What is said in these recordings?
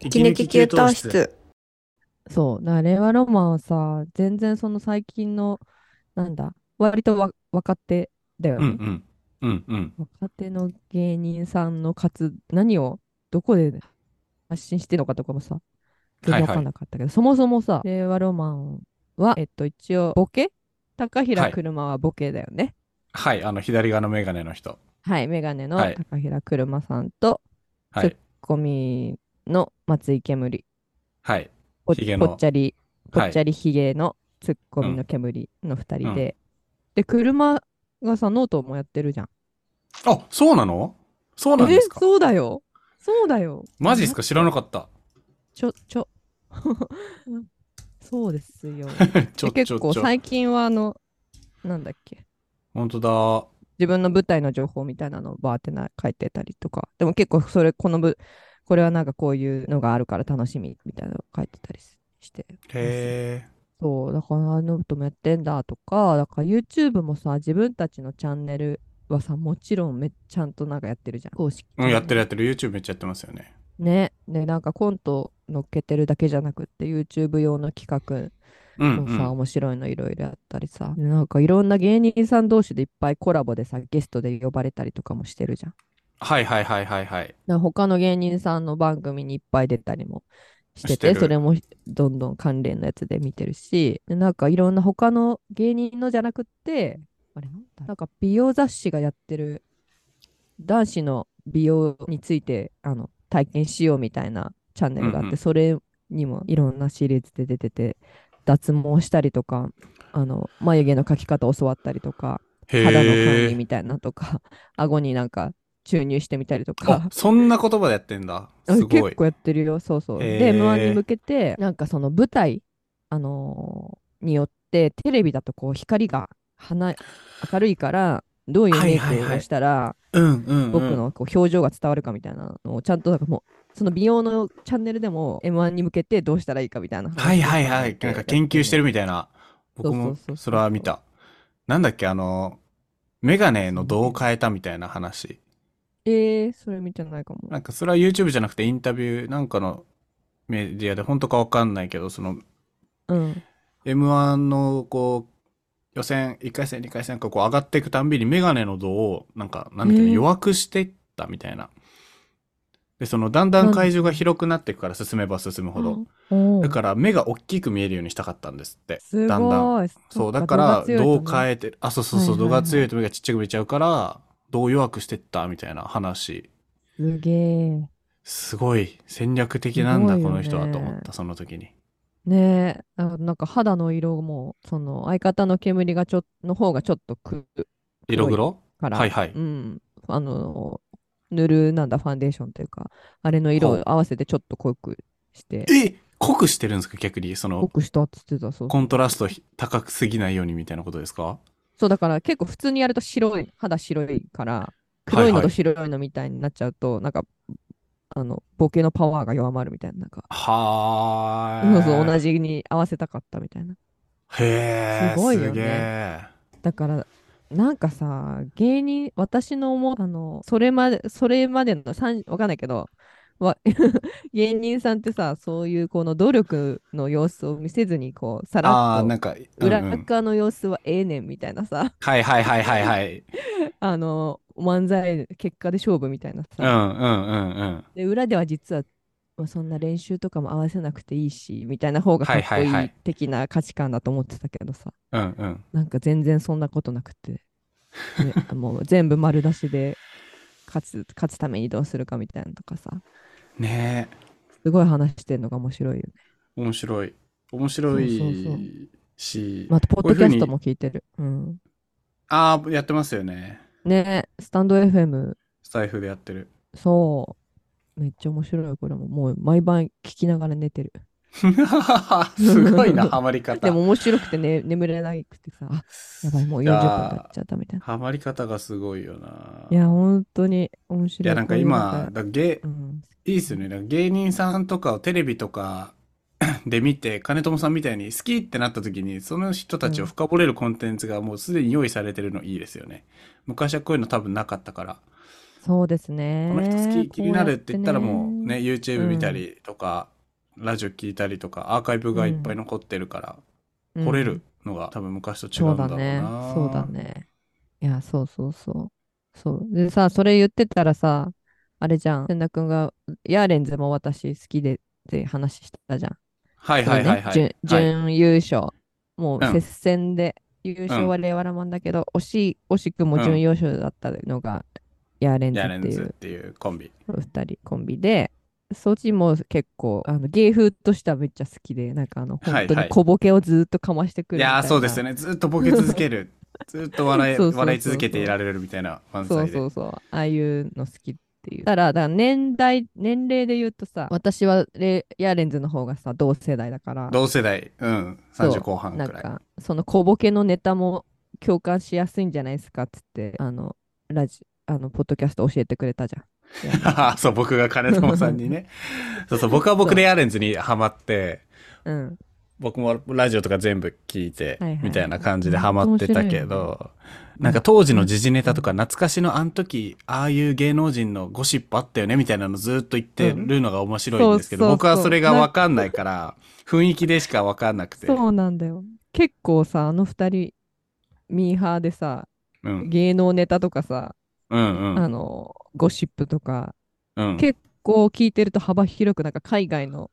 息抜き給湯室。そう。だから令和ロマンはさ、全然その最近の、なんだ、割とわ若手だようんうね。ん。うんうん。若手の芸人さんの活、何を、どこで発信してるのかとかもさ、全は然いはわいかんなかったけど、そもそもさ、令和ロマンは、えっと、一応、ボケ高は平い車はボケだよね。はい、あの、左側のメガネの人。はい、メガネのはい高平車さんと、はい。ゴミの松井煙、はい。ぽヒゲのぽっちゃり、ぽはっいち。ゃりひげのツッコミうのん煙の二う人んで、で、車がさ、ノートもやってるじゃん。あ、そうなのそうなんえですかそうだよ。そうだよ。マジっすか知らなかった。ちょ、ちょ。 そうですよ。 ちでょち結ょ構ちょ。最近はあの、なんだっけ。本当だ。自分の舞台の情報みたいなのをバーってな書いてたりとか。でも結構それ、このぶ、これはなんかこういうのがあるから楽しみみたいなのを書いてたりしして。へえ。そう、だからあの人もやってんだとか、だから YouTube もさ、自分たちのチャンネルはさ、もちろんめちゃんとなんかやってるじゃん。公式。うん、やってるやってる。YouTube めっちゃやってますよね。ね。で、なんかコント乗っけてるだけじゃなくって、YouTube 用の企うん画、もうさ、ん。面白いのいろいろやったりさ、でなんかいろんな芸人さん同士でいっぱいコラボでさ、ゲストで呼ばれたりとかもしてるじゃん。はいはいはいはいはい。だから他の芸人さんの番組にいっぱい出たりもしてしててるそれもどんどん関連のやつで見てるしでなんかいろんな他の芸人のじゃなくってあれなんだなんか美容雑誌がやってる男子の美容についてあの体験しようみたいなチャンネルがあって、うんうんそれにもいろんなシリーズで出てて脱毛したりとかあの眉毛の描き方教わったりとか肌の管へ理え。みたいなとか顎になんか注入してみたりとかあ、そんな言葉でやってんだ。あすご結い。構やってるよ、そうそう。へで、ー M1 に向けて、なんかその舞台、あのーによって、テレビだとこう光が花明るいから、どういうメイはいはいクはをいしたら、うんうんうん。僕のこう表情が伝わるかみたいなのを、ちゃんとなんかもう、その美容のチャンネルでも M1 に向けてどうしたらいいかみたいな話をはいはいはい。てなんか研究してる。るみたいな。僕そうもそうそうそうそれは見た。なんだっけ、あの、メガネの度を変えたみたいな話。えー、それ見てないかも。なんかそれは YouTube じゃなくてインタビューなんかのメディアで本当かわかんないけど、そのうん。 M1 のこう、予選、1回戦、2回戦かこう上がっていくたんびにメガネの度をなんか、なんだっけな、えー弱くしていったみたいな。で、そのだんだん会場が広くなっていくから進めば進むほど。おーだから目が大きく見えるようにしたかったんですって。すだんだんごい。そう、っだから、度が強いとね度を変えて、あ、そうそうそう、はいはい度はいが強いと目がちっちゃく見えちゃうから、度を弱くしてった、みたいな話。すげえ。すごい、戦略的なんだ、すごいよこねの人は、と思った、その時に。ねえ、あなんか肌の色も、その相方の煙がちょの方がちょっと黒い色黒から、はいはいうん、あの、塗るなんだファンデーションというか、あれの色ほうを合わせてちょっと濃くして、え濃くしてるんですか逆に、そ濃の、くしたっつってた、そう。コントラストひ高くすぎないようにみたいなことですかそうだから結構普通にやると白い、肌白いから、はい黒いのはとい白いのみたいになっちゃうと、なんか、あの、ボケのパワーが弱まるみたいな、なんか、はーそうそう、同じ。じに合わせたかったみたいな。へー、すごいよねすげー。だからなんかさ芸人私の思うあのそれまでそれまでの3わかんないけどわ 芸人さんってさそういうこの努力の様子を見せずにこうさあらー、っなんとか、うんう裏ん。側の様子はええねんみたいなさ、 はいはいはいはいはい。あの漫才結果で勝負みたいなうさ、んうんうんうん。で裏では実はまあそんな練習とかも合わせなくていいしみたいな方がかっこはいいはいはいい的な価値観だと思ってたけどさうんうん。なんか全然そんなことなくて、ねもう全部丸出しで勝つ勝つためにどうするかみたいなのとかさねえ。すごい話してんのが面白いよね。面白い面白いそうそうそうし、まあ、あとポッドキャストこも聞いてる。うん、ああやってますよねねスタンド FM、スタイフでやっ てるそう。めっちゃ面白い、これも。もう毎晩聞きながら寝てる。すごいなハマり方でも面白くて、ね、眠れなくてさ、あやばい、もう40分経っちゃったみたいな。ハマり方がすごいよないや、本当に面白い。いやなんか今だ芸こういうのが、うん、いいっすよねなんか芸人さんとかをテレビとか で見て金友さんみたいに好きってなった時にその人たちを深掘れるコンテンツがもうすでに用意されてるのいいですよね昔はこういうの多分なかったからそうですね。この人好き気になるって言ったらもうこうやね、YouTube 見たりとか、ラジオ聞いたりとか、アーカイブがいっぱい残ってるから、うん掘れるのが多分昔と違そうんうだだろうねな。。そうだ。ね。いや、そうそうそう。そう。でさ、それ言ってたらさ、あれじゃん。千田くんが、ヤーレンズも私好きでって話したじゃん。はいはいはいはい。そのね準は準い優勝。もううん接戦で、優勝はレイワラマンだけど、惜しい、惜しくも準優勝だったのが、ヤーレンズヤーっレンていズっうていうコンビ。二人コンビで、そっちも結構、あの芸風としてはめっちゃ好きで、なんかあの、はいはい本当に小ボケをずっとかましてくいるみたいな。やー、そうですよね。ずっとボケ続ける。ずっと 笑い、そうそうそうそう笑い続けていられるみたいな満そう載で。そうそう。ああいうの好きっていう。ただ、だから年代、年齢で言うとさ、私はレヤーレンズの方がさ、同世代だから、同世代、うん、そう30後半くなん らい。か、その小ボケのネタも共感しやすいんじゃないですかっつって、あの、ラジ、あの、ポッドキャスト教えてくれたじゃん。そう、僕が金友さん にね。そうそう、僕は僕でヤーレンズにハマって、うん。僕もラジオとか全部聞いてはいはい、みたいな感じでハマってたけど、なんか当時の時事ネタとか懐かしのあの時、ああいう芸能人のゴシップあったよねみたいなのずっと言ってるのが面白いんですけど、うんそうそうそう僕はそれがわかんないから、雰囲気でしかわかんなくて。そうなんだよ。結構さ、あの二人、ミーハーでさ、うん、芸能ネタとかさ、うん、うあん。の、ゴシップとか、うん結こう聞いてると幅広く、なんか海外の、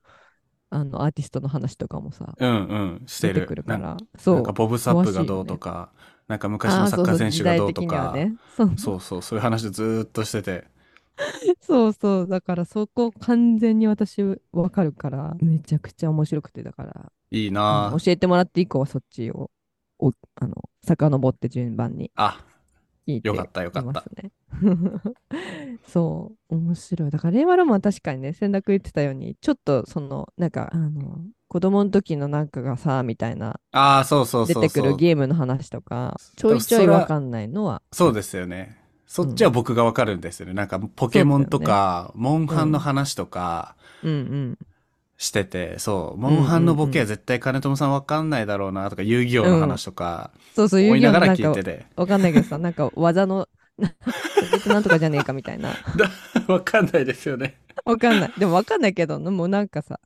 あの、アーティストの話とかもさ、うんうんして出るてくるかなんら、なそんうか。ボブ・サップがどうとか、なんか昔のサッカー選手がどうとかあーそうそう時代的にはね、そうそうそういう話ずーっとしててそうそうそうだからそこ完全に私わかるからめちゃくちゃ面白くてだからいいあなのぁ教えてもらって以降はそっちをおあの遡って順番にあ聞いてよかったよかったいますね そう面白いだから令和ロマン確かにね先諾言ってたようにちょっとそのなんかあの子供の時のなんかがさみたいなあーそうそう出そうてくそるうゲームの話とかちでょもいちょいそれはわかんないのはそうですよねそっちは僕がわかるんですよね、なんかポケモンとか、モンハンの話とかうんうんしててそうモンハンのボケは絶対金友さんわかんないだろうなとか、遊戯王の話とかそうそう思いなが遊戯王のならん聞かいてて わかんないけどさ、なんか技の、ななんとかじゃねえかみたい な。わかんないですよねわかんない。でもわかんないけど、もうなんかさ、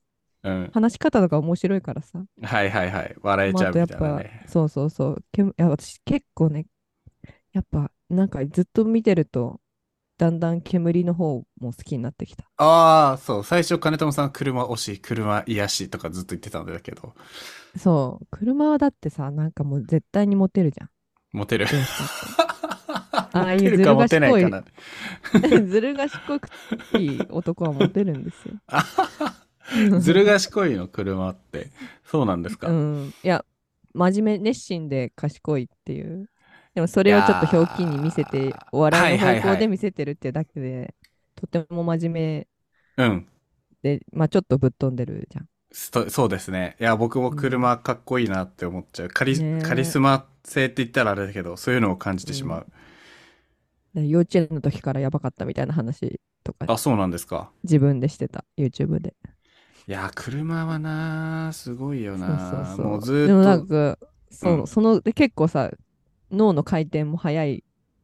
うん話し方とか面白いからさ。はいはいはい笑えまちあゃあうとやみったいなぱね、そうそうそう。けいや私結構ね、やっぱなんかずっと見てると、だんだん煙の方も好きになってきた。ああ、そう。最初、金友さん、車推し、車癒しとかずっと言ってたんだけど、そう。車はだってさ、なんかもう絶対にモテる じゃん。モテる。どうしああモいうテるかモテないかな。てもずる賢くていい男はモテるんですよ。 ずる賢いの、車って。そうなんですか。うん、いや真面目熱心で賢いっていうでもそれをちょっと表記に見せいやてーお笑いのはい方はい向はいで見せてるってだけで、とても真面うん。目で、まあ、ちょっとぶっ飛んでるじゃん。そそうですね。いや、僕も車かっこいいなって思っちゃう。カリねえカリスマ性って言ったらあれだけど、そういうのを感じてしまう。で幼稚園の時からやばかったみたいな話とかあ、そうなんですか。自分でしてた YouTube で。いや、車はな、すごいよそうな。そうそうもうずでもなーっんかそ,、うんそので結構さ脳の回転も速いっ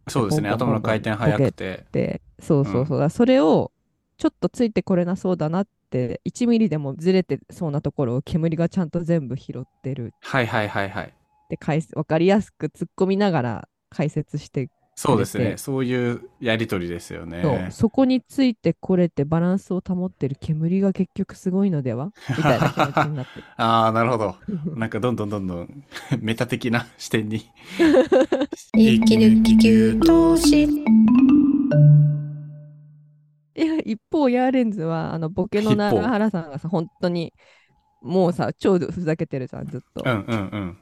と、そうですね。ボンボン頭の回転早くて。てそうそうそうだ、それをちょっとついてこれなそうだなって1ミリでもずれてそうなところを煙がちゃんと全部拾ってるはいはいはいはい。で解説分かりやすく突っ込みながら解説して、そうですくれね。てそういうやりとりですよね。そうそこについてこれてバランスを保ってる煙が結局すごいのではみたいな気持ちになってるああ、なるほど。 なんかどんどんどんどん メタ的な視 点に。息抜き給湯室いや一方ヤーレンズはあのボケの一奈方良原さんがさ本当にもうさ超ふざけてるじゃんずっと、うんうんうん。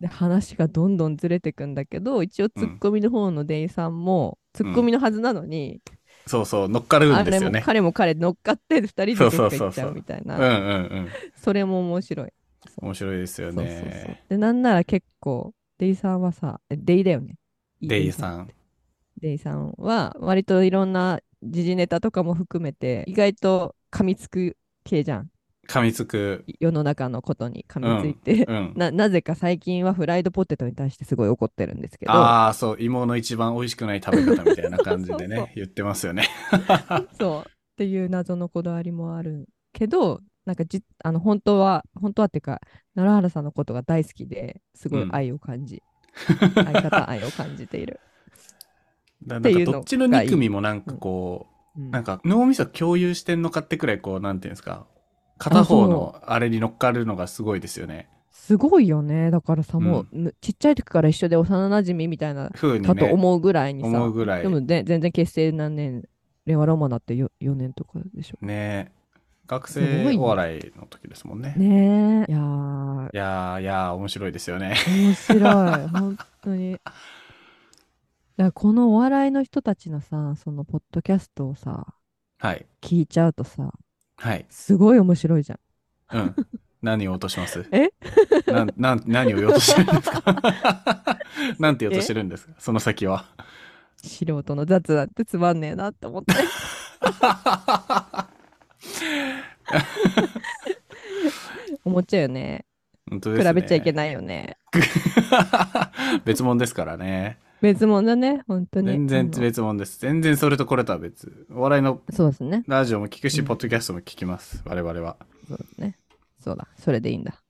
で話がどんどんずれてくんだけど一応ツッコミの方のデイさんも、んツッコミのはずなのに、そうそう、乗っかるあんでれすよもね。彼も彼乗っかって2人でそどうっそかうそ行うっちゃそううみたいうんなうんうん。それも面白い面白いですよそうそうそうね。で、なんなら結構、デイさんはさ、えデイだよね。デイん。さん。デイさんは、割といろんな時事ネタとかも含めて、意外と噛みつく系じゃん。噛みつく。世の中のことに噛みついて。うん。 ななぜか最近はフライドポテトに対してすごい怒ってるんですけどああ、そう、芋の一番美味しくない食べ方みたいな感じで そうそうね、言ってますよね。 そうっていう謎のこだわりもあるけどなんかじあの本当は本当はっていうか奈良原さんのことが大好きですごい愛を感 じ、相方愛を感じている。だってないんうかのどっちの2組もなんかこうんう、なんか脳みそ共有してんのかってくらいこう、なんていうんですか、片方のあれに乗っかるのがすごいですよね。すごいよねだからさ、うんもうぬちっちゃい時から一緒で幼なじみみたいなふうにかとね、思うぐらいにさ、思うぐらいで。も、ね、全然結成何年令和ロマンだってよ 4, 年とかでしょ。ね学すごい生ねお笑いの時ですもんね。ねえいやーいやー、いやー、面白いですよね。 面白い本当に。だからこのお笑いの人たちのさそのポッドキャストをさはい。聞いちゃうとさはい。すごい面白いじゃん。うん。何を落とします え なんなん何を言おうとしてるんですか なんて言おうとしてるんですかその先は。素人の雑だってつまんねえなって思 って。思っちゃうよね。本当で比すね。べちゃいけないよね。 別物ですからね。別物だね、本当に。全然あの別物です。全然それとこれとは別。お笑いのそうですね。ラジオも聞くし、うんポッドキャストも聞きます。我々は。そうだね。そうだ。それでいいんだ。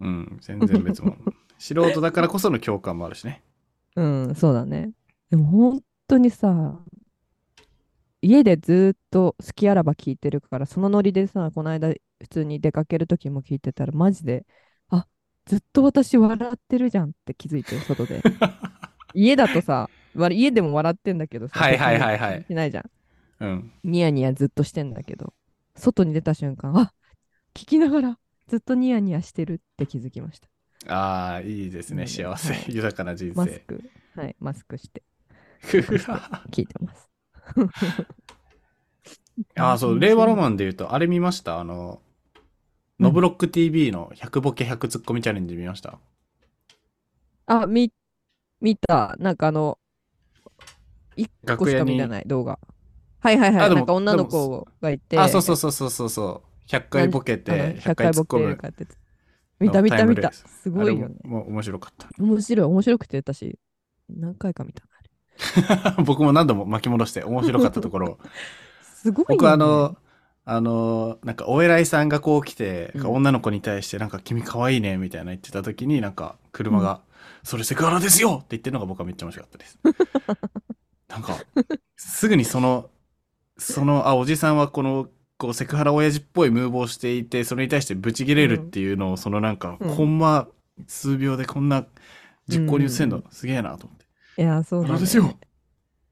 うん。全然別 物。素人だからこその共感もあるしね。うん、そうだね。でも本当にさ、家でずーっと好きあらば聞いてるから、そのノリでさ、この間普通に出かける時も聞いてたら、マジで、あ、ずっと私笑ってるじゃんって気づいてる、外で。 家だとさ、わ家でも笑ってんだけどさ、はいはいはいはい別にしないじゃん。うん。ニヤニヤずっとしてんだけど、外に出た瞬間、あ聞きながらずっとニヤニヤしてるって気づきました。ああ、いいですね。幸せはい。豊かな人マス生。ク、はい、マスクしてあ聞いてます。 あー、そう。令和ロマンで言うと、あれ見ましたあの、うんノブロック TV の100ボケ100ツッコミチャレンジ見ましたあ、み、見た。なんかあの、一個楽し屋かに見てない動画。はいはいはあい。でもなんか女の子がいて、あ、そうそうそうそうそうそう。100回ボケあのて、 100 100回回突ボっ込ケむる。かってやつ。見た見タたイム見レーた。スすごいよね。あれももう面白かっ面白い、面白くて私、何回か見たな。あれた。 僕も何度も巻き戻して面白かったところ、すごいよね。僕あの、あの、なんかお偉いさんがこう来て、うん女の子に対してなんか君可愛いねみたいな言ってた時になんか車が、それセクハラですよって言ってるのが僕はめっちゃ面白かっ たです。なんか、すぐにその、その、あ、おじさんはこの、こうセクハラ親父っぽいムーブをしていて、それに対してブチギレるっていうのを、そのなんか、うんコンマ数秒でこんな実行に移せんの、うすげえなと思って。いや、そうセなんだねクハラですよ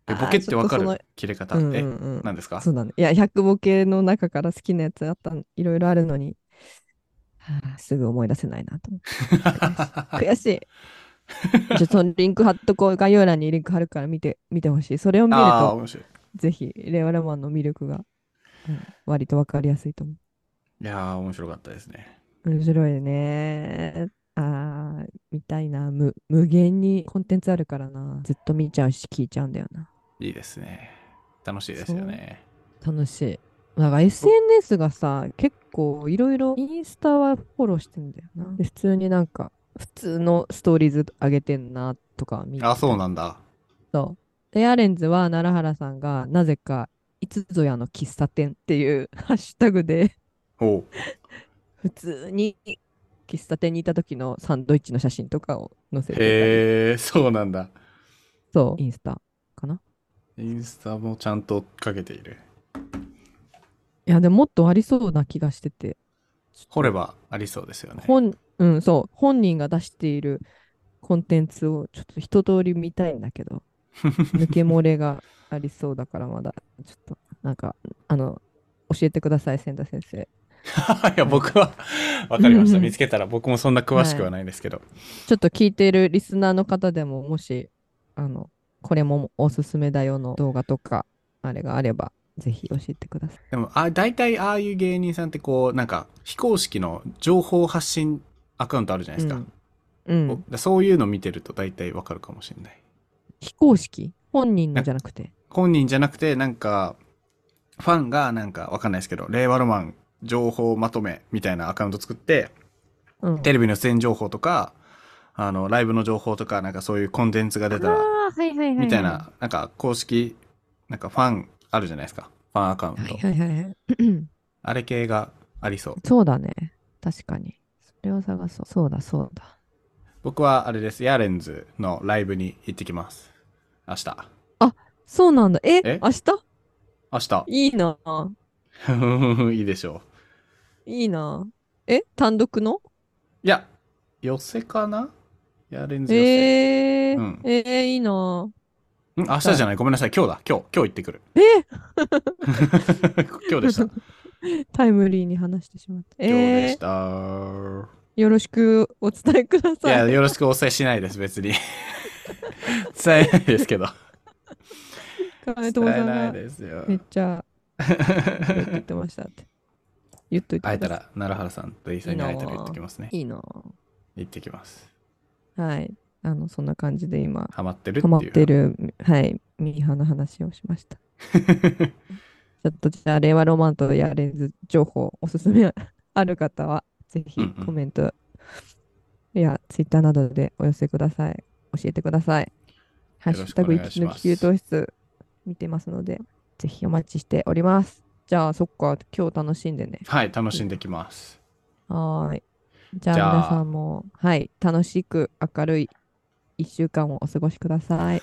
あでーボケってわかちょっる切れ方。とそのえうん、うんうん何ですかそうだね。いや、100ボケの中から好きなやつあったん、いろいろあるのに、はあ、すぐ思い出せないなと思って。悔しい。ちょっとリンク貼っとこう。概要欄にリンク貼るから見て、見てほしい。それを見るああ、と、面白い。ぜひ、レオラマンの魅力が、うん割とわかりやすいと思いやー、面白かったですね。う。面白いね。ああ、見たいな。無、無限にコンテンツあるからな。ずっと見ちゃうし、聞いちゃうんだよな。いいですね。楽しいですよね。楽しい。なんか SNS がさ、結構いろいろ、インスタはフォローしてんだよな。で普通になんか、普通のストーリーズ上げてんなとか見てあ、そうなんだ。そうで、アレンズは奈良原さんがなぜか、いつぞやの喫茶店っていう ハッシュタグで、おう普通に喫茶店にいた時のサンドイッチの写真とかを載せてたりへえ、そうなんだ。そう、インスタかな。インスタもちゃんとかけている。いや、でももっとありそうな気がしてて。掘ればありそうですよね。本うん、そう本人が出しているコンテンツをちょっと一通り見たいんだけど抜け漏れがありそうだからまだちょっとなんかあの教えてください千田先生いや、僕は、わかりましうんうた。ん見つけたら僕もそんな詳しくはないですけど。ちょっと聞いているリスナーの方でももしあのこれもおすすめだよの動画とかあれがあればぜひ教えてくださいでも、あ大体ああいう芸人さんってこう、なんか、非公式の情報発信アカウントあるじゃないですか。うん、うおん、だそういうの見てると大体わかるかもしれない。非公式本人のじゃなくて本人じゃなくてなんかファンがなんかわかんないですけど令和ロマン情報まとめみたいなアカウント作ってうんテレビの出演情報とかあのライブの情報とかなんかそういうコンテンツが出たらあーはいはいははみたいななんか公式なんかファンあるじゃないですかファンアカウント。はいはいはいはい。あれ系がありそう。 そうだね。確かに。それを探そう。そうだそうだ。僕はあれです。ヤーレンズのライブに行ってきます。明日。そうなんだ。ええ明日明日。 いいな。いいでしょいいな。え単独のう。いや、寄せかなヤーレンズ寄えせ。ーうんえーいいな。ん明日じゃない。ごめんなさい。今日だ。今日。今日行ってくる。え 今日でした。今タイムリーに話してしまった。日でえした。ーよろしくお伝えくだいや、さい。よろしくお伝えしないです。別に。 伝えないで すけど。金伝友えさんないがですよ。めっちゃ言ってましたって。言っといて 会えくたださい。ら、奈良原さんと伊佐に会えたら行ってきますね。いいな。行ってきます。はい。あの、そんな感じで今、ハマってるってハいう。マってる、はい、ミーハーの話をしました。ちょっとじゃあ、令和ロマンとヤーレンズ情報、おすすめある方は、ぜひうんうんコメント、いや、ツイッターなどでお寄せください。教えてください。ハッシュタグ、よろし息く抜お願いきしま給す湯室、見てますので、ぜひお待ちしております。じゃあ、そっか、今日楽しんでね。 はい、楽しんできます。はーい。じゃあ、じゃあ皆さんも、はい、楽しく明るい一週間をお過ごしください。